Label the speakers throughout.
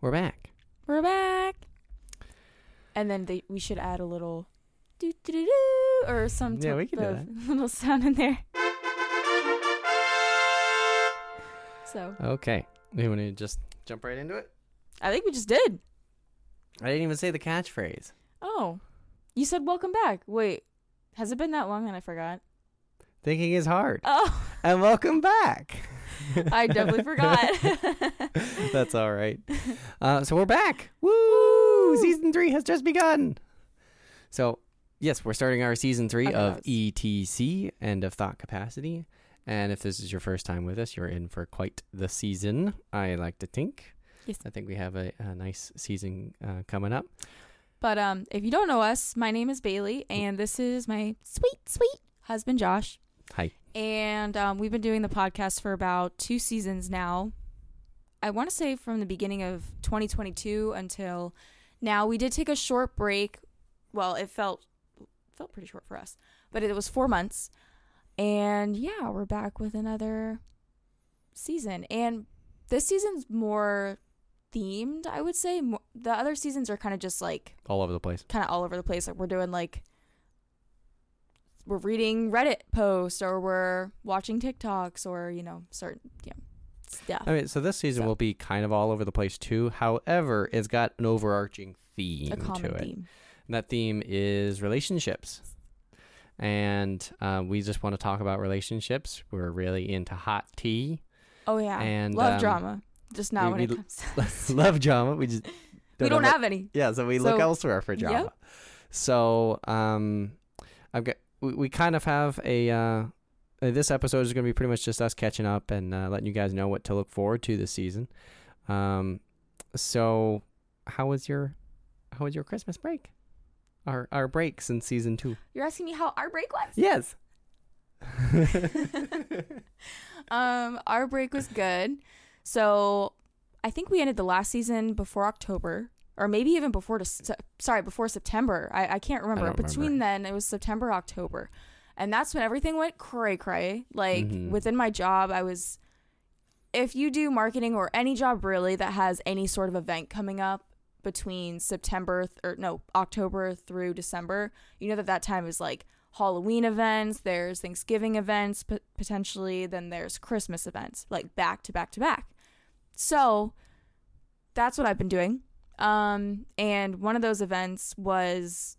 Speaker 1: We're back.
Speaker 2: We're back. And then they, we should add a little doo doo doo doo or some
Speaker 1: Yeah,
Speaker 2: type
Speaker 1: we could do
Speaker 2: of little sound in there. So
Speaker 1: Okay. We want to just jump right into it?
Speaker 2: I think we just did.
Speaker 1: I didn't even say the catchphrase.
Speaker 2: Oh, you said welcome back. Wait, has it been that long and I forgot?
Speaker 1: Thinking is hard.
Speaker 2: Oh,
Speaker 1: And welcome back.
Speaker 2: I definitely forgot.
Speaker 1: That's all right. Uh, so we're back. Woo! Season three has just begun. So, yes, we're starting our season three
Speaker 2: Okay,
Speaker 1: of E
Speaker 2: that
Speaker 1: ETC, End of Thought Capacity. And if this is your first time with us, you're in for quite the season, I like to think.
Speaker 2: Yes.
Speaker 1: I think we have a, a nice season uh, coming up.
Speaker 2: But um, if you don't know us, my name is Bailey, and this is my sweet, sweet husband, Josh.
Speaker 1: Hi.
Speaker 2: And um, we've been doing the podcast for about two seasons now. I want to say from the beginning of 2022 until now. We did take a short break. Well, it felt felt pretty short for us, but it was four months. And yeah, we're back with another season. And this season's more themed, I would say. Mo- The other seasons are kind of just like
Speaker 1: All over the place.
Speaker 2: kind of all over the place. Like we're doing like we're reading Reddit posts or we're watching TikToks or you know certain yeah stuff.
Speaker 1: I mean, so this season
Speaker 2: So-
Speaker 1: will be kind of all over the place too. However, it's got an overarching theme
Speaker 2: A common
Speaker 1: to it.
Speaker 2: theme.
Speaker 1: And that theme is relationships. And uh, we just want to talk about relationships. We're really into hot tea,
Speaker 2: Oh yeah,
Speaker 1: And,
Speaker 2: love
Speaker 1: um,
Speaker 2: drama. Just not
Speaker 1: we-
Speaker 2: when
Speaker 1: we-
Speaker 2: it comes. To
Speaker 1: love drama. We just
Speaker 2: we don't
Speaker 1: know what-
Speaker 2: have any.
Speaker 1: yeah, so we look
Speaker 2: So-
Speaker 1: elsewhere for
Speaker 2: yep.
Speaker 1: drama. So um, I've got we, we kind of have a. Uh, uh, this episode is going to be pretty much just us catching up and uh, letting you guys know what to look forward to this season. Um, so how was your how was your Christmas break? Our our breaks in season two.
Speaker 2: You're asking me how our break was.
Speaker 1: Yes. Oh,
Speaker 2: Um, our break was good. So I think we ended the last season before October, or maybe even before. To, sorry, before September. I, I can't remember.
Speaker 1: don't
Speaker 2: Between then, it was September, October, and that's when everything went cray cray. Like
Speaker 1: Mhm.
Speaker 2: within my job, I was. If you do marketing or any job really that has any sort of event coming up between September th- or no October through December, you know that that time is like Halloween events, there's Thanksgiving events p- potentially, then there's Christmas events, like back to back to back. So that's what I've been doing. Um, and one of those events was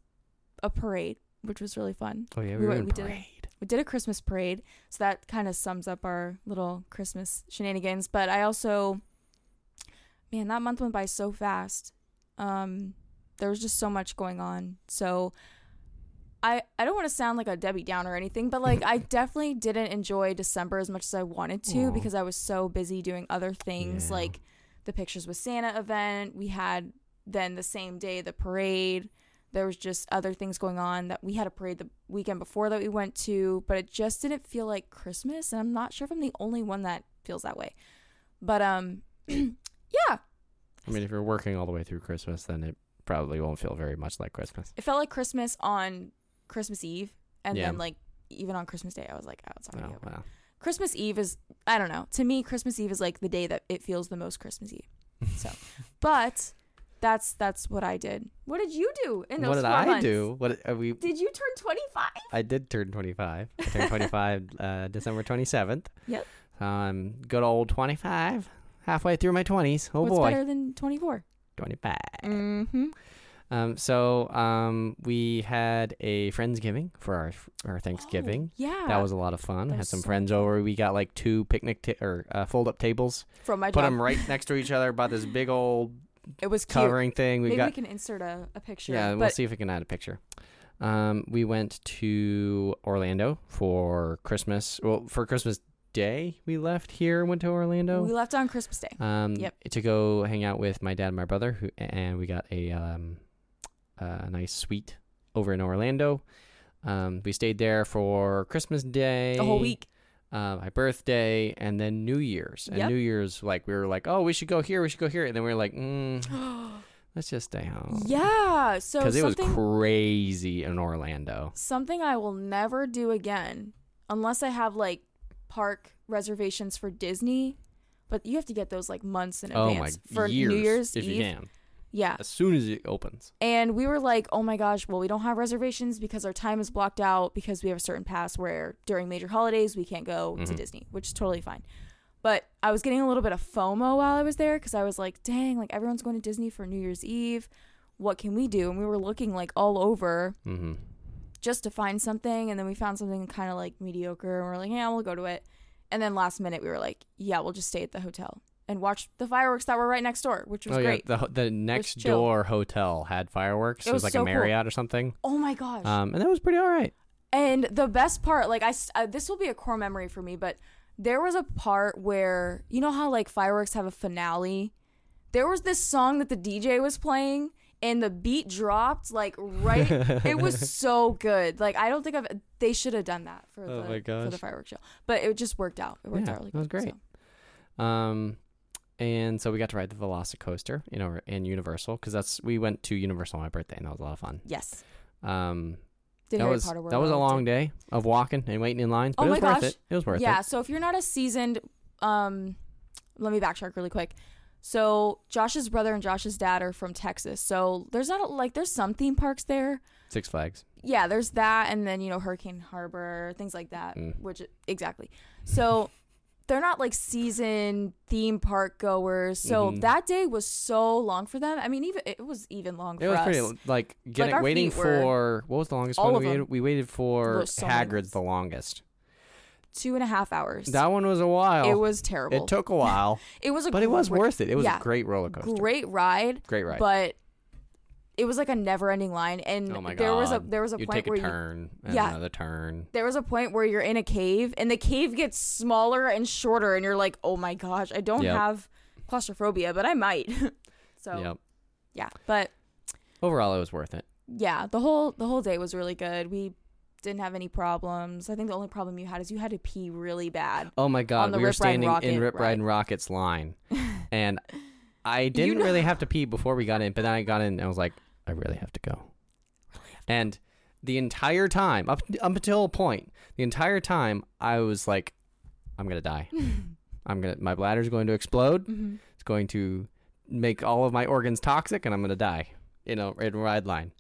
Speaker 2: a parade, which was really fun.
Speaker 1: Oh yeah,
Speaker 2: We
Speaker 1: we, were
Speaker 2: went-
Speaker 1: in
Speaker 2: we did it.
Speaker 1: parade.
Speaker 2: We did a Christmas parade, so that kind of sums up our little Christmas shenanigans. But I also, man, that month went by so fast. Um, there was just so much going on. So I I don't want to sound like a Debbie Down or anything, but like I definitely didn't enjoy December as much as I wanted to
Speaker 1: Aw.
Speaker 2: because I was so busy doing other things
Speaker 1: Yeah.
Speaker 2: like the Pictures with Santa event. We had then the same day the parade there was just other things going on that we had a parade the weekend before that we went to, but it just didn't feel like Christmas. And I'm not sure if I'm the only one that feels that way. But um, yeah,
Speaker 1: I mean, if you're working all the way through Christmas, then it probably won't feel very much like Christmas.
Speaker 2: it felt like Christmas on Christmas Eve, and
Speaker 1: Yeah.
Speaker 2: then like even on Christmas Day, I was like, oh, it's already
Speaker 1: Oh,
Speaker 2: over.
Speaker 1: wow.
Speaker 2: Christmas Eve is I don't know. To me, Christmas Eve is like the day that it feels the most Christmassy. So, but that's that's what I did. What did you do in those
Speaker 1: What did
Speaker 2: four
Speaker 1: I
Speaker 2: months?
Speaker 1: do? What are we?
Speaker 2: Did you turn 25?
Speaker 1: I did turn 25. I turned 25 uh, December 27th.
Speaker 2: Yep.
Speaker 1: Um, good old 25. Halfway through my 20s. Oh
Speaker 2: What's
Speaker 1: boy,
Speaker 2: better than 24?
Speaker 1: 25.
Speaker 2: Mm-hmm.
Speaker 1: Um, so um, we had a friendsgiving for our our Thanksgiving.
Speaker 2: Oh, yeah.
Speaker 1: That was a lot of fun.
Speaker 2: That
Speaker 1: Had
Speaker 2: was
Speaker 1: some
Speaker 2: so
Speaker 1: friends over. We got like two picnic ta- or uh, fold up tables.
Speaker 2: from my
Speaker 1: Put
Speaker 2: job.
Speaker 1: them right next to each other. Bought this big old
Speaker 2: It was cute.
Speaker 1: covering thing. We
Speaker 2: Maybe
Speaker 1: got
Speaker 2: we can insert a, a picture.
Speaker 1: Yeah,
Speaker 2: but
Speaker 1: we'll see if we can add a picture. Um, we went to Orlando for Christmas. Well, for Christmas Day, we left here and went to Orlando.
Speaker 2: we left on Christmas Day.
Speaker 1: um,
Speaker 2: Yep.
Speaker 1: To go hang out with my dad and my brother, who, and we got a um, a nice suite over in Orlando. Um, we stayed there for Christmas Day,
Speaker 2: The whole week.
Speaker 1: uh, my birthday, and then New Year's. And
Speaker 2: Yep.
Speaker 1: New Year's, like we were like, oh, we should go here, we should go here, and then we were like, mm, let's just stay home.
Speaker 2: yeah. So
Speaker 1: Because it was
Speaker 2: something
Speaker 1: crazy in Orlando.
Speaker 2: something I will never do again unless I have like park reservations for Disney. But you have to get those like months in
Speaker 1: Oh my
Speaker 2: advance for
Speaker 1: years,
Speaker 2: New Year's
Speaker 1: if
Speaker 2: Eve.
Speaker 1: you can.
Speaker 2: Yeah.
Speaker 1: As soon as it opens.
Speaker 2: And we were like, oh my gosh, well, we don't have reservations because our time is blocked out because we have a certain pass where during major holidays we can't go to
Speaker 1: Mhm.
Speaker 2: Disney, which is totally fine. But I was getting a little bit of FOMO while I was there because I was like, dang, like everyone's going to Disney for New Year's Eve. What can we do? And we were looking like all over
Speaker 1: Mm-hmm.
Speaker 2: just to find something. And then we found something kind of like mediocre and we're like, yeah, we'll go to it. And then last minute we were like, yeah, we'll just stay at the hotel and watch the fireworks that were right next door, which was
Speaker 1: oh
Speaker 2: great.
Speaker 1: yeah, the ho- the next
Speaker 2: chill.
Speaker 1: door hotel had fireworks.
Speaker 2: It
Speaker 1: It, was
Speaker 2: was
Speaker 1: like
Speaker 2: so
Speaker 1: a
Speaker 2: cool.
Speaker 1: Marriott or something.
Speaker 2: oh my gosh.
Speaker 1: Um, and that was pretty all right.
Speaker 2: And the best part, like I, s- uh, this will be a core memory for me, but there was a part where you know how like fireworks have a finale. There was this song that the DJ was playing, and the beat dropped like right. it was so good. Like I don't think I've. They should have done that for
Speaker 1: Oh
Speaker 2: the
Speaker 1: my
Speaker 2: for the
Speaker 1: gosh.
Speaker 2: fireworks show, but it just worked out. It worked
Speaker 1: Yeah,
Speaker 2: out really
Speaker 1: that was
Speaker 2: good,
Speaker 1: great.
Speaker 2: so.
Speaker 1: Um, and so we got to ride the Velocicoaster, you know, in Universal because that's we went to Universal on my birthday and that was a lot of fun.
Speaker 2: Yes,
Speaker 1: Um,
Speaker 2: did
Speaker 1: that
Speaker 2: Harry
Speaker 1: was
Speaker 2: Potter World
Speaker 1: that was a
Speaker 2: on it,
Speaker 1: long day of walking and waiting in lines, but
Speaker 2: Oh
Speaker 1: it was
Speaker 2: my
Speaker 1: worth
Speaker 2: gosh.
Speaker 1: it. It was worth
Speaker 2: yeah,
Speaker 1: it.
Speaker 2: so if you're not a seasoned um let me backtrack really quick. So Josh's brother and Josh's dad are from Texas. So there's not a, like there's some theme parks there.
Speaker 1: Six Flags.
Speaker 2: Yeah, there's that and then you know Hurricane Harbor, things like that,
Speaker 1: Mm.
Speaker 2: which exactly. So they're not like seasoned theme park goers. So
Speaker 1: Mhm.
Speaker 2: that day was so long for them. I mean even it was even long
Speaker 1: It
Speaker 2: for
Speaker 1: was
Speaker 2: us.
Speaker 1: pretty like getting
Speaker 2: our
Speaker 1: waiting
Speaker 2: feet were-
Speaker 1: for what was the longest
Speaker 2: All
Speaker 1: one
Speaker 2: of
Speaker 1: we
Speaker 2: them.
Speaker 1: waited? We waited for
Speaker 2: Were so many
Speaker 1: Hagrid's
Speaker 2: minutes.
Speaker 1: the longest.
Speaker 2: Two and a half hours.
Speaker 1: That one was a while.
Speaker 2: it was terrible.
Speaker 1: It took a while,
Speaker 2: It was a
Speaker 1: but it was
Speaker 2: great-
Speaker 1: worth it. It was
Speaker 2: yeah.
Speaker 1: a great roller coaster.
Speaker 2: great ride.
Speaker 1: Great ride.
Speaker 2: but it was like a never-ending line and
Speaker 1: oh my
Speaker 2: there was a
Speaker 1: God.
Speaker 2: there was a
Speaker 1: you
Speaker 2: point
Speaker 1: take a
Speaker 2: where you
Speaker 1: turn and
Speaker 2: Yeah.
Speaker 1: another turn.
Speaker 2: there was a point where you're in a cave and the cave gets smaller and shorter and you're like oh my gosh i don't
Speaker 1: Yep.
Speaker 2: have claustrophobia but i might so
Speaker 1: Yep.
Speaker 2: yeah but
Speaker 1: Overall, it was worth it.
Speaker 2: yeah the whole the whole day was really good we didn't have any problems i think the only problem you had is you had to pee really bad
Speaker 1: Oh my god,
Speaker 2: the
Speaker 1: we were
Speaker 2: Rip, Ride,
Speaker 1: standing
Speaker 2: Rocket
Speaker 1: in Rip
Speaker 2: ride.
Speaker 1: Ride and Rockets line, and I didn't
Speaker 2: know-
Speaker 1: really have to pee before we got in, but then I got in and I was like, I really have to go. And the entire time, up up until a point, the entire time I was like, I'm gonna die. I'm gonna my bladder's going to explode.
Speaker 2: Mhm.
Speaker 1: It's going to make all of my organs toxic, and I'm gonna die. You know, in ride line.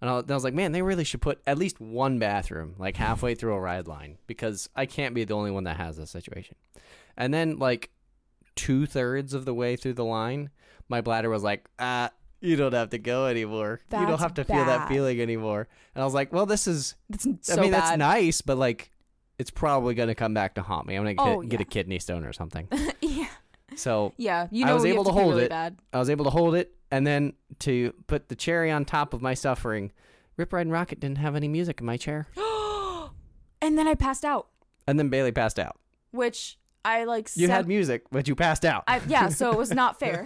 Speaker 1: And I then I was like, man, they really should put at least one bathroom like halfway through a ride line because I can't be the only one that has this situation. And then like two thirds of the way through the line, my bladder was like, ah, you don't have to go anymore. you don't
Speaker 2: That's
Speaker 1: have to feel
Speaker 2: bad.
Speaker 1: that feeling anymore. And I was like, well, this is,
Speaker 2: that's so
Speaker 1: I mean, that's
Speaker 2: bad
Speaker 1: nice, but like, it's probably going to come back to haunt me. I'm going to
Speaker 2: Oh,
Speaker 1: get
Speaker 2: yeah.
Speaker 1: a kidney stone or something.
Speaker 2: yeah
Speaker 1: So
Speaker 2: yeah you
Speaker 1: I
Speaker 2: know
Speaker 1: was
Speaker 2: you
Speaker 1: able
Speaker 2: have to,
Speaker 1: to
Speaker 2: pee
Speaker 1: hold
Speaker 2: really
Speaker 1: it.
Speaker 2: bad
Speaker 1: I was able to hold it, and then to put the cherry on top of my suffering, Rip Ride and Rocket didn't have any music in my chair,
Speaker 2: and then i passed out
Speaker 1: and then Bailey passed out.
Speaker 2: which i like
Speaker 1: You
Speaker 2: said
Speaker 1: had music, but you passed out.
Speaker 2: I, yeah, so it was not fair.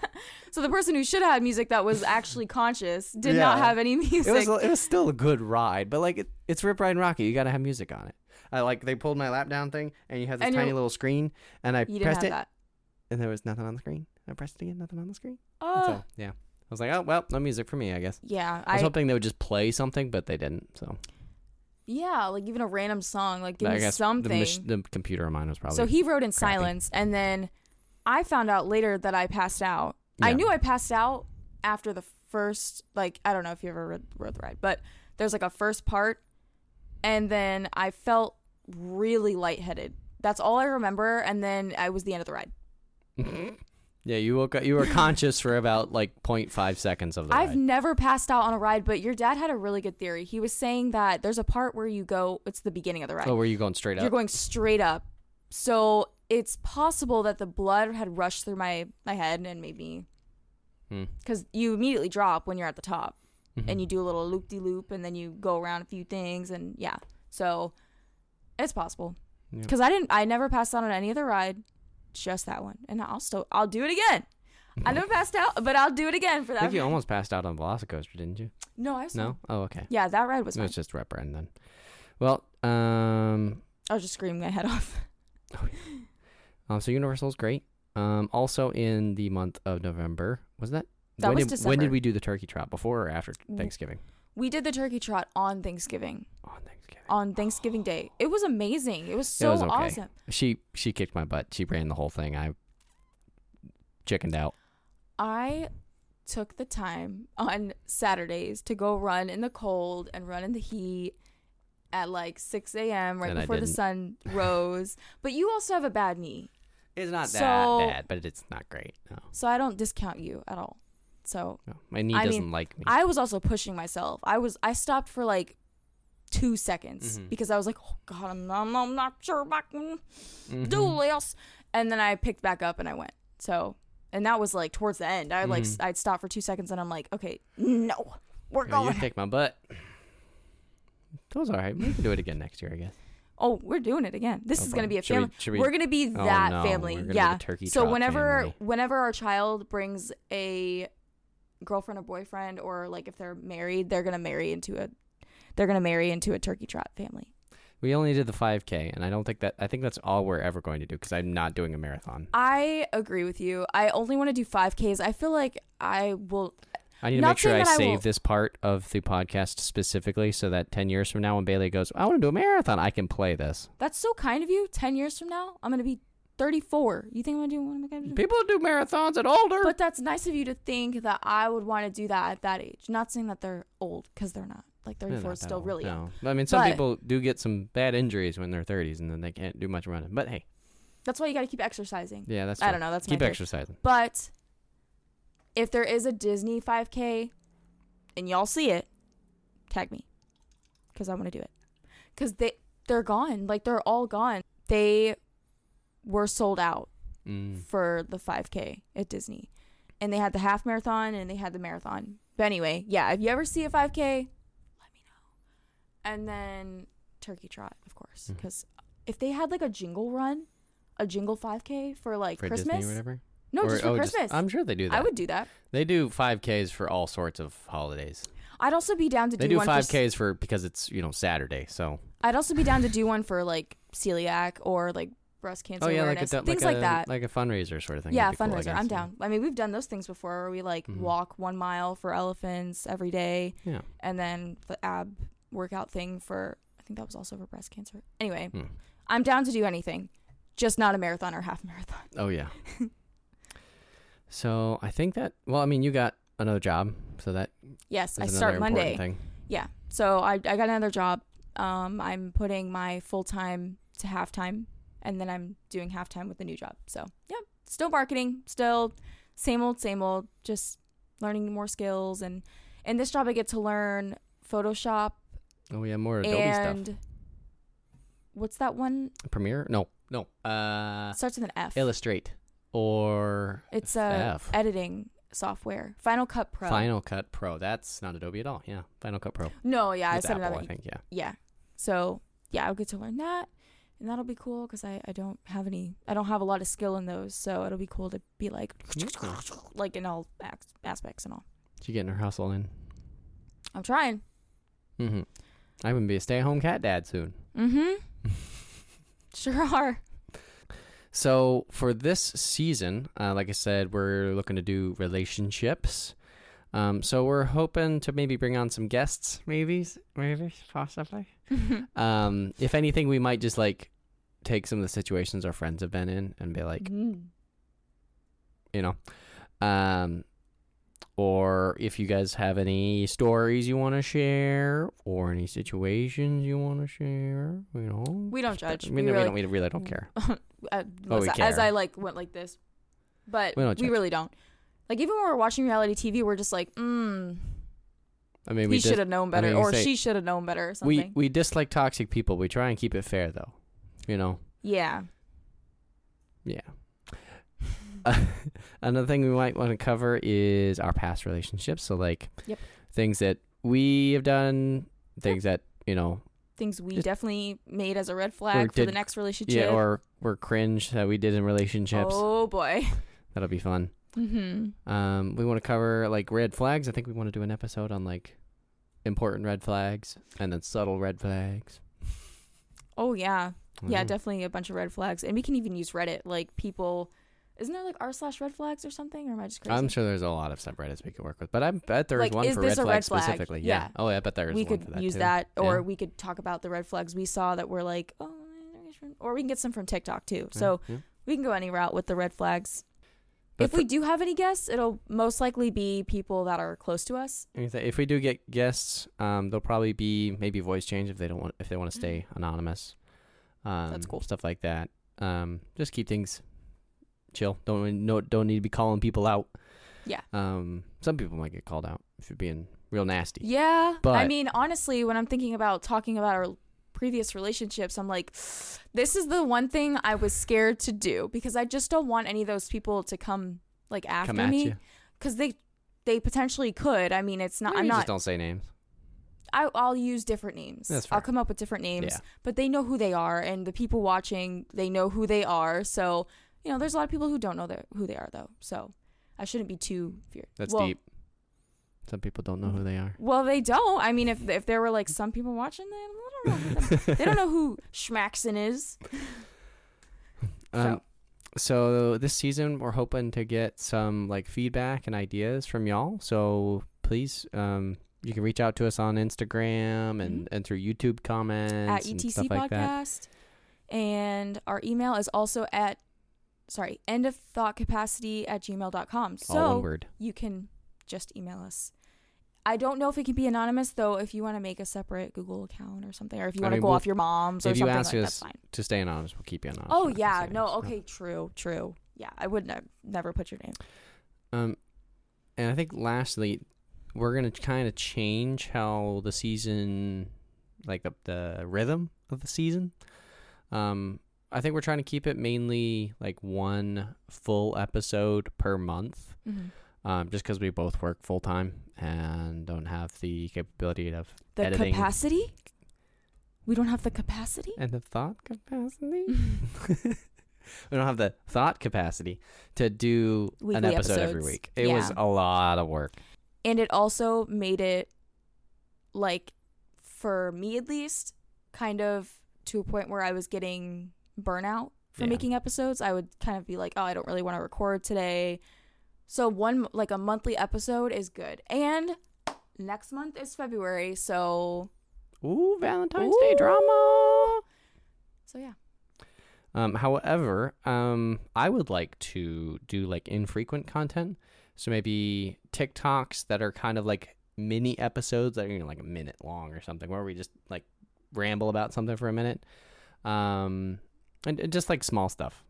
Speaker 2: so the person who should have had music that was actually conscious did not
Speaker 1: Yeah.
Speaker 2: have any music.
Speaker 1: it was it was still a good ride, but like it, it's Rip Ride and Rocket, you gotta have music on it. I like they pulled my lap down thing, and you had this
Speaker 2: And
Speaker 1: tiny
Speaker 2: you-
Speaker 1: little screen, and I
Speaker 2: you didn't
Speaker 1: pressed
Speaker 2: have
Speaker 1: it,
Speaker 2: that.
Speaker 1: and there was nothing on the screen. I pressed it again, nothing on the screen.
Speaker 2: Oh,
Speaker 1: So yeah, I was like, oh well, no music for me, I guess.
Speaker 2: yeah.
Speaker 1: I was
Speaker 2: I
Speaker 1: hoping they would just play something, but they didn't. So
Speaker 2: yeah, like even a random song, like give
Speaker 1: I
Speaker 2: me
Speaker 1: guess
Speaker 2: something.
Speaker 1: The, mach- the computer of mine was probably
Speaker 2: so he wrote in
Speaker 1: crappy.
Speaker 2: silence, and then I found out later that I passed out. I
Speaker 1: Yeah.
Speaker 2: knew I passed out after the first, like I don't know if you ever read, rode the ride, but there's like a first part, and then I felt really lightheaded. That's all I remember, and then I was the end of the ride.
Speaker 1: yeah, you woke up. You were conscious for about like 0.5 seconds of the
Speaker 2: I've
Speaker 1: ride.
Speaker 2: never passed out on a ride, but your dad had a really good theory. He was saying that there's a part where you go, it's the beginning of the ride.
Speaker 1: Oh, were you going straight
Speaker 2: You're
Speaker 1: up?
Speaker 2: going straight up. So it's possible that the blood had rushed through my, my head and made me.
Speaker 1: Hmm. Mm-hmm.
Speaker 2: Because you immediately drop when you're at the top and you do a little loop de loop and then you go around a few things and yeah. So it's possible.
Speaker 1: Yeah.
Speaker 2: Because I didn't, I never passed out on any other ride, just that one. And I'll still, I'll do it again. I never passed out, but I'll do it again for
Speaker 1: I
Speaker 2: that.
Speaker 1: think you almost passed out on Velocicoaster, didn't you?
Speaker 2: no, I was
Speaker 1: No. Oh, okay.
Speaker 2: Yeah, that ride was
Speaker 1: It
Speaker 2: fun.
Speaker 1: was just Rep Ride then. Well, um,
Speaker 2: I was just screaming my head off.
Speaker 1: um, so Universal's great. Um, also in the month of November was that?
Speaker 2: That
Speaker 1: when
Speaker 2: was
Speaker 1: did, When
Speaker 2: December. Mm-hmm.
Speaker 1: did we do the turkey trot? Before or after
Speaker 2: W-
Speaker 1: Thanksgiving?
Speaker 2: We did the turkey trot on Thanksgiving,
Speaker 1: On Thanksgiving.
Speaker 2: on Thanksgiving Day. It was amazing. It was so
Speaker 1: was okay.
Speaker 2: awesome.
Speaker 1: She she kicked my butt. She ran the whole thing. I chickened out.
Speaker 2: I took the time on Saturdays to go run in the cold and run in the heat at like 6 a.m. right
Speaker 1: And I
Speaker 2: before the
Speaker 1: didn't.
Speaker 2: sun rose. but you also have a bad knee,
Speaker 1: It's not that
Speaker 2: So-
Speaker 1: bad, but it's not great. No,
Speaker 2: so I don't discount you at all. So
Speaker 1: no. my knee
Speaker 2: I
Speaker 1: doesn't
Speaker 2: mean,
Speaker 1: like me.
Speaker 2: I was also pushing myself. I was I stopped for like two seconds
Speaker 1: Mhm.
Speaker 2: because I was like, oh god, I'm not, I'm not sure if I can
Speaker 1: Mhm.
Speaker 2: do this. And then I picked back up and I went. So and that was like towards the end. I like
Speaker 1: Mhm.
Speaker 2: I'd stop for two seconds and I'm like, okay, no, we're
Speaker 1: Yeah, you
Speaker 2: going.
Speaker 1: kicked my butt. That was all right. We can do it again next year, I guess.
Speaker 2: Oh, we're doing it again. This
Speaker 1: Oh,
Speaker 2: is gonna
Speaker 1: boy.
Speaker 2: be a
Speaker 1: Should we-
Speaker 2: family.
Speaker 1: should
Speaker 2: we,
Speaker 1: we-
Speaker 2: are gonna be
Speaker 1: Oh,
Speaker 2: that
Speaker 1: no,
Speaker 2: family.
Speaker 1: we're gonna be
Speaker 2: yeah.
Speaker 1: the turkey
Speaker 2: so
Speaker 1: trot
Speaker 2: whenever
Speaker 1: family.
Speaker 2: whenever our child brings a girlfriend or boyfriend, or like if they're married, they're gonna marry into a they're gonna marry into a turkey trot family.
Speaker 1: We only did the 5K, and I don't think that I think that's all we're ever going to do because I'm not doing a marathon.
Speaker 2: I agree with you. I only want to do 5Ks. I feel like I will.
Speaker 1: I need to
Speaker 2: Not
Speaker 1: make sure
Speaker 2: saying
Speaker 1: I
Speaker 2: that I
Speaker 1: save
Speaker 2: will-
Speaker 1: this part of the podcast specifically so that 10 years from now, when Bailey goes, I want to do a marathon, I can play this.
Speaker 2: That's so kind of you. 10 years from now, I'm going to be 34. You think I'm going to do what am I going to do?
Speaker 1: People do marathons at older.
Speaker 2: But that's nice of you to think that I would want to do that at that age. Not saying that they're old because they're not. Like
Speaker 1: They're
Speaker 2: 34
Speaker 1: not
Speaker 2: is
Speaker 1: that
Speaker 2: still
Speaker 1: old,
Speaker 2: really young.
Speaker 1: no. I mean, some
Speaker 2: But-
Speaker 1: people do get some bad injuries when they're 30s and then they can't do much running. But hey,
Speaker 2: That's why you got to keep exercising.
Speaker 1: yeah, that's
Speaker 2: I
Speaker 1: true.
Speaker 2: don't know. That's
Speaker 1: Keep
Speaker 2: my take.
Speaker 1: exercising.
Speaker 2: But if there is a Disney 5K and y'all see it, tag me because I want to do it. Because they they're gone, like they're all gone. They were sold out
Speaker 1: Mm.
Speaker 2: for the 5K at Disney, and they had the half marathon and they had the marathon. But anyway, yeah, if you ever see a 5K, let me know. And then Turkey Trot, of course,
Speaker 1: Mhm.
Speaker 2: because if they had like a jingle run, a jingle 5K for like
Speaker 1: For
Speaker 2: Christmas,
Speaker 1: Disney or whatever?
Speaker 2: no,
Speaker 1: Or-
Speaker 2: just for
Speaker 1: oh,
Speaker 2: Christmas.
Speaker 1: I'm sure they do that.
Speaker 2: I would do that.
Speaker 1: They do 5Ks for all sorts of holidays.
Speaker 2: I'd also be down to
Speaker 1: They
Speaker 2: do,
Speaker 1: do
Speaker 2: one
Speaker 1: five
Speaker 2: for.
Speaker 1: Ks for because it's you know Saturday. So
Speaker 2: I'd also be down to do one for like celiac or like breast cancer
Speaker 1: oh yeah, like a
Speaker 2: awareness,
Speaker 1: do-
Speaker 2: things
Speaker 1: like,
Speaker 2: like,
Speaker 1: a,
Speaker 2: that.
Speaker 1: like a fundraiser sort of thing.
Speaker 2: yeah,
Speaker 1: would be cool, I
Speaker 2: fundraiser. I'm
Speaker 1: guess.
Speaker 2: down. I mean, we've done those things before where we like
Speaker 1: Mhm.
Speaker 2: walk one mile for elephants every day,
Speaker 1: Yeah.
Speaker 2: and then the ab workout thing for I think that was also for breast cancer. Anyway,
Speaker 1: Hmm.
Speaker 2: I'm down to do anything, just not a marathon or half marathon.
Speaker 1: Oh yeah. so I think that well, I mean, you got another job, so that
Speaker 2: Yes,
Speaker 1: is
Speaker 2: I
Speaker 1: another
Speaker 2: start
Speaker 1: important
Speaker 2: Monday.
Speaker 1: Thing.
Speaker 2: So I, I got another job. Um, I'm putting my full time to half time, and then I'm doing half time with the new job. So yeah, still marketing, still same old, same old. Just learning more skills, and in this job I get to learn Photoshop
Speaker 1: Oh yeah, more Adobe
Speaker 2: and
Speaker 1: stuff.
Speaker 2: what's that one?
Speaker 1: Premiere? No, no. Uh,
Speaker 2: starts with an F.
Speaker 1: Illustrate or
Speaker 2: It's a
Speaker 1: F.
Speaker 2: editing software. Final Cut Pro.
Speaker 1: Final Cut Pro. That's not Adobe at all. Yeah, Final Cut Pro.
Speaker 2: No, yeah,
Speaker 1: It's
Speaker 2: I said
Speaker 1: Apple, I
Speaker 2: another.
Speaker 1: think. Yeah.
Speaker 2: yeah. So yeah, I'll get to learn that, and that'll be cool because I I don't have any I don't have a lot of skill in those, so it'll be cool to be like
Speaker 1: Yeah.
Speaker 2: like in all ac- aspects and all.
Speaker 1: She getting her hustle in.
Speaker 2: I'm trying.
Speaker 1: Mm-hmm. I would be a stay-at-home cat dad soon.
Speaker 2: Mm-hmm. sure are.
Speaker 1: So for this season, uh, like I said, we're looking to do relationships. Um, so we're hoping to maybe bring on some guests, maybe, maybe, possibly. Um, if anything, we might just like take some of the situations our friends have been in and be like,
Speaker 2: Mm.
Speaker 1: you know, um, or if you guys have any stories you want to share or any situations you want to share, you know,
Speaker 2: We don't judge.
Speaker 1: I mean, we,
Speaker 2: we really, Mm.
Speaker 1: don't. We really don't care.
Speaker 2: uh,
Speaker 1: Oh, we
Speaker 2: as, I- as
Speaker 1: care.
Speaker 2: I like went like this, but
Speaker 1: We
Speaker 2: we,
Speaker 1: don't judge.
Speaker 2: really don't. Like even when we're watching reality TV, we're just like, mm,
Speaker 1: I mean, we
Speaker 2: he
Speaker 1: just
Speaker 2: should have known better,
Speaker 1: mean, we
Speaker 2: or
Speaker 1: say-
Speaker 2: she should have known better, or
Speaker 1: we
Speaker 2: something.
Speaker 1: we dislike toxic people. We try and keep it fair though. You know.
Speaker 2: yeah.
Speaker 1: Yeah.
Speaker 2: Mm.
Speaker 1: Another thing we might want to cover is our past relationships. So like
Speaker 2: Yep.
Speaker 1: things that we have done, things that, you know,
Speaker 2: things we
Speaker 1: Just-
Speaker 2: definitely made as a red flag for the
Speaker 1: did-
Speaker 2: next relationship.
Speaker 1: yeah, or were cringe that we did in relationships.
Speaker 2: oh boy.
Speaker 1: That'll be fun.
Speaker 2: Mm-hmm.
Speaker 1: Um we want to cover like red flags. I think we want to do an episode on like important red flags and then subtle red flags.
Speaker 2: Oh yeah, yeah,
Speaker 1: Mm.
Speaker 2: definitely a bunch of red flags, and we can even use Reddit. Like people, isn't there like r slash red flags or something? Or am I just crazy?
Speaker 1: I'm sure there's a lot of subreddits we could work with, but I bet there is
Speaker 2: Like,
Speaker 1: one
Speaker 2: is
Speaker 1: for red
Speaker 2: this a
Speaker 1: flags
Speaker 2: red flag?
Speaker 1: specifically.
Speaker 2: Yeah.
Speaker 1: Oh, yeah, I bet there is
Speaker 2: we
Speaker 1: one
Speaker 2: could
Speaker 1: for that
Speaker 2: use
Speaker 1: too.
Speaker 2: that, or
Speaker 1: Yeah.
Speaker 2: we could talk about the red flags we saw that were like, oh, or we can get some from TikTok too.
Speaker 1: Yeah,
Speaker 2: So
Speaker 1: yeah.
Speaker 2: we can go any route with the red flags.
Speaker 1: But
Speaker 2: if we do have any guests, it'll most likely be people that are close to us.
Speaker 1: Anything- If we do get guests, um, they'll probably be maybe voice change if they don't want if they want to stay anonymous. Um,
Speaker 2: Mm-hmm. cool.
Speaker 1: Stuff like that. Um, just keep things chill. Don't no don't need to be calling people out.
Speaker 2: Yeah.
Speaker 1: Um, some people might get called out if you're being real nasty.
Speaker 2: Yeah. I
Speaker 1: But-
Speaker 2: mean, honestly, when I'm thinking about talking about our previous relationships, I'm like, this is the one thing I was scared to do because I just don't want any of those people to come like after
Speaker 1: Come at
Speaker 2: me
Speaker 1: you.
Speaker 2: because they they potentially could. I mean, it's not.
Speaker 1: Maybe
Speaker 2: I'm
Speaker 1: you
Speaker 2: not.
Speaker 1: Just don't say names.
Speaker 2: I, I'll use different names.
Speaker 1: That's
Speaker 2: I'll
Speaker 1: fair.
Speaker 2: come up with different names,
Speaker 1: Yeah.
Speaker 2: but they know who they are, and the people watching they know who they are. So you know, there's a lot of people who don't know their, who they are though. So I shouldn't be too feared.
Speaker 1: That's
Speaker 2: well,
Speaker 1: deep. Some people don't know who they are.
Speaker 2: Well, they don't. I mean, if if there were like some people watching, they don't know. Who they, they don't know who Schmaxon is.
Speaker 1: Um, so this season we're hoping to get some like feedback and ideas from y'all. So please, um, you can reach out to us on Instagram and,
Speaker 2: Mhm.
Speaker 1: and through YouTube comments
Speaker 2: at E
Speaker 1: and
Speaker 2: etc
Speaker 1: stuff like that.
Speaker 2: podcast, and our email is also at sorry end of thought capacity at gmail.com. So
Speaker 1: All one word.
Speaker 2: you can just email us. I don't know if it can be anonymous though. If you want to make a separate Google account or something, or if
Speaker 1: I
Speaker 2: you want to
Speaker 1: mean,
Speaker 2: go
Speaker 1: we'll-
Speaker 2: off your mom's or
Speaker 1: if you
Speaker 2: something, like,
Speaker 1: ask
Speaker 2: that's
Speaker 1: us-
Speaker 2: fine.
Speaker 1: To stay anonymous, we'll keep you anonymous.
Speaker 2: Oh
Speaker 1: We're not gonna
Speaker 2: yeah,
Speaker 1: say
Speaker 2: no,
Speaker 1: names,
Speaker 2: okay, true, true. Yeah, I would ne- never put your name.
Speaker 1: Um, and I think lastly, we're gonna kind of change how the season, like the the rhythm of the season. Um, I think we're trying to keep it mainly like one full episode per month. Um, just because we both work full time and don't have the capability of
Speaker 2: The
Speaker 1: Editing.
Speaker 2: capacity? We don't have the capacity.
Speaker 1: and the thought capacity. we don't have the thought capacity to do an
Speaker 2: Weekly
Speaker 1: episode every
Speaker 2: episodes.
Speaker 1: week. It was
Speaker 2: Yeah.
Speaker 1: a lot of work.
Speaker 2: and it also made it like for me at least kind of to a point where i was getting burnout for
Speaker 1: Yeah.
Speaker 2: making episodes i would kind of be like oh i don't really want to record today so one like a monthly episode is good and next month is february so
Speaker 1: Ooh, Valentine's Day drama.
Speaker 2: so yeah
Speaker 1: Um, however, um, I would like to do like infrequent content. So maybe TikToks that are kind of like mini episodes that are you know, like a minute long or something, where we just like ramble about something for a minute. Um, and, and just like small stuff,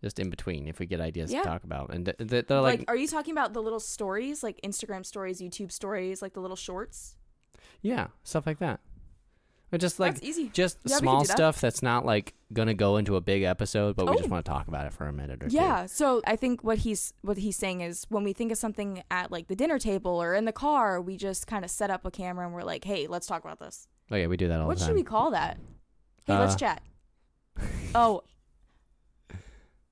Speaker 1: just in between if we get ideas
Speaker 2: Yeah.
Speaker 1: to talk about. And th- th- they're Uh,
Speaker 2: like,
Speaker 1: like,
Speaker 2: are you talking about the little stories like instagram stories youtube stories like the little shorts
Speaker 1: yeah, stuff like that. But just like
Speaker 2: that's easy
Speaker 1: just
Speaker 2: Yeah, we can
Speaker 1: small
Speaker 2: do that.
Speaker 1: stuff that's not like gonna go into a big episode, but we
Speaker 2: Oh.
Speaker 1: just want to talk about it for a minute or two.
Speaker 2: Yeah. So I think what he's what he's saying is when we think of something at like the dinner table or in the car, we just kind of set up a camera and we're like, hey, let's talk about this.
Speaker 1: Oh yeah, we do that all
Speaker 2: what
Speaker 1: the
Speaker 2: should
Speaker 1: time.
Speaker 2: we call that? Hey, let's
Speaker 1: Uh,
Speaker 2: chat. Oh,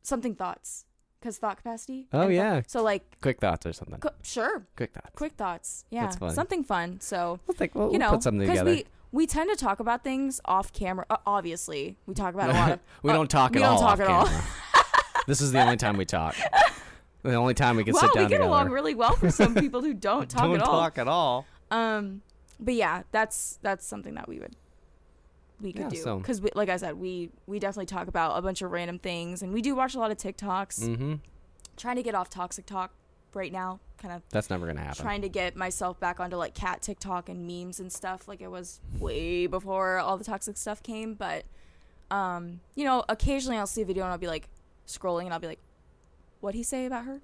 Speaker 2: something thoughts because thought capacity.
Speaker 1: Oh,
Speaker 2: and thought-
Speaker 1: yeah.
Speaker 2: So like,
Speaker 1: Quick thoughts or something.
Speaker 2: co- sure,
Speaker 1: Quick thoughts.
Speaker 2: quick thoughts. Yeah,
Speaker 1: That's fun.
Speaker 2: something fun. So
Speaker 1: We'll, think, we'll,
Speaker 2: you know,
Speaker 1: put something
Speaker 2: because
Speaker 1: together.
Speaker 2: we we tend to talk about things off camera. Uh, obviously, we talk about a lot of.
Speaker 1: We
Speaker 2: uh,
Speaker 1: don't talk
Speaker 2: we
Speaker 1: at
Speaker 2: don't
Speaker 1: all. off
Speaker 2: talk at all.
Speaker 1: camera. this is the only time we talk. The only time we can
Speaker 2: wow,
Speaker 1: sit
Speaker 2: we
Speaker 1: down
Speaker 2: get
Speaker 1: together.
Speaker 2: along really well for some people who don't talk
Speaker 1: don't
Speaker 2: at all.
Speaker 1: talk at all.
Speaker 2: Um, but yeah, that's that's something that we would we could
Speaker 1: Yeah,
Speaker 2: do
Speaker 1: so-
Speaker 2: because, like I said, we we definitely talk about a bunch of random things, and we do watch a lot of TikToks.
Speaker 1: Mm-hmm.
Speaker 2: Trying to get off toxic talk right now, kind of
Speaker 1: That's never gonna happen.
Speaker 2: trying to get myself back onto like cat TikTok and memes and stuff, like it was way before all the toxic stuff came. But um, you know, occasionally I'll see a video and I'll be like scrolling and I'll be like, "What'd he say about her?"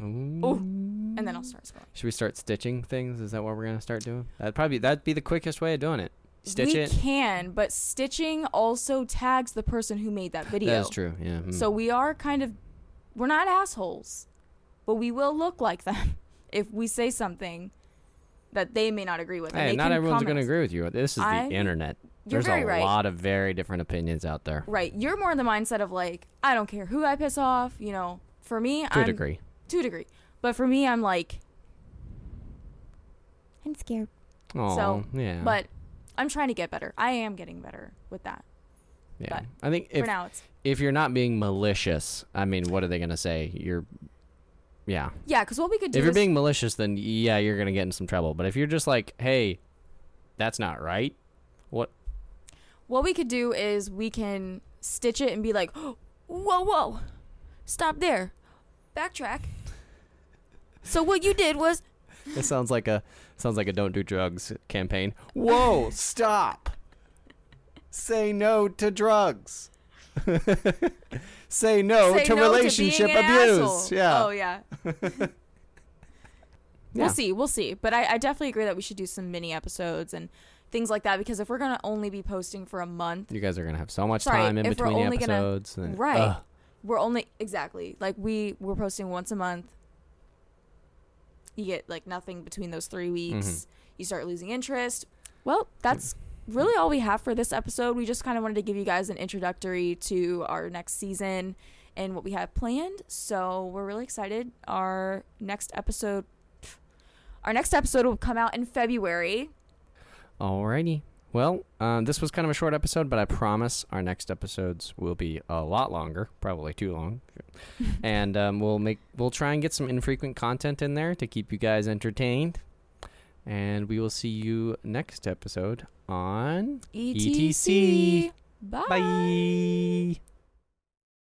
Speaker 1: Ooh.
Speaker 2: And then I'll start scrolling.
Speaker 1: Should we start stitching things? Is that what we're gonna start doing? That'd probably that'd be the quickest way of doing it. Stitch
Speaker 2: we
Speaker 1: it.
Speaker 2: can, but stitching also tags the person who made that video.
Speaker 1: That is true. Yeah. mhm.
Speaker 2: So we are kind of we're not assholes, but we will look like them if we say something that they may not agree with. and
Speaker 1: hey,
Speaker 2: they
Speaker 1: not
Speaker 2: can
Speaker 1: everyone's gonna
Speaker 2: comment.
Speaker 1: agree with you. This is
Speaker 2: I-
Speaker 1: the internet.
Speaker 2: You're
Speaker 1: There's
Speaker 2: very
Speaker 1: a
Speaker 2: right.
Speaker 1: lot of very different opinions out there.
Speaker 2: Right. You're more in the mindset of like, I don't care who I piss off, you know. For me,
Speaker 1: To
Speaker 2: I'm
Speaker 1: a degree.
Speaker 2: to a degree. But for me, I'm like I'm scared.
Speaker 1: Oh,
Speaker 2: so,
Speaker 1: yeah.
Speaker 2: But I'm trying to get better. I am getting better with that.
Speaker 1: yeah,
Speaker 2: but
Speaker 1: I think
Speaker 2: for
Speaker 1: if
Speaker 2: now it's
Speaker 1: if you're not being malicious, I mean, what are they going to say? You're, yeah.
Speaker 2: Yeah, cuz what we could do
Speaker 1: If you're
Speaker 2: is-
Speaker 1: being malicious, then yeah, you're going to get in some trouble. But if you're just like, hey, that's not right, what?
Speaker 2: What we could do is we can stitch it and be like, whoa, whoa, stop there. backtrack. So what you did was
Speaker 1: It sounds like a sounds like a don't do drugs campaign. Whoa, stop. Say no to drugs. Say no
Speaker 2: say
Speaker 1: Oh, to
Speaker 2: no
Speaker 1: relationship
Speaker 2: to being an
Speaker 1: abuse.
Speaker 2: asshole.
Speaker 1: Yeah.
Speaker 2: Oh yeah.
Speaker 1: Yeah.
Speaker 2: We'll see. We'll see. But I, I definitely agree that we should do some mini episodes and things like that because if we're gonna only be posting for a month,
Speaker 1: You guys are gonna have so much
Speaker 2: Sorry,
Speaker 1: time in
Speaker 2: if we're
Speaker 1: between the
Speaker 2: only gonna-
Speaker 1: episodes. and-
Speaker 2: Right.
Speaker 1: Ugh.
Speaker 2: we're only exactly like we we're posting once a month. You get like nothing between those three weeks. You start losing interest. Well, that's really all we have for this episode. We just kind of wanted to give you guys an introductory to our next season and what we have planned. So we're really excited. Our next episode, our next episode will come out in February.
Speaker 1: Alrighty. Well, um, this was kind of a short episode, but I promise our next episodes will be a lot longer, probably too long. and um, we'll make we'll try and get some infrequent content in there to keep you guys entertained. And we will see you
Speaker 2: E
Speaker 1: next episode on
Speaker 2: ETC.
Speaker 1: Bye.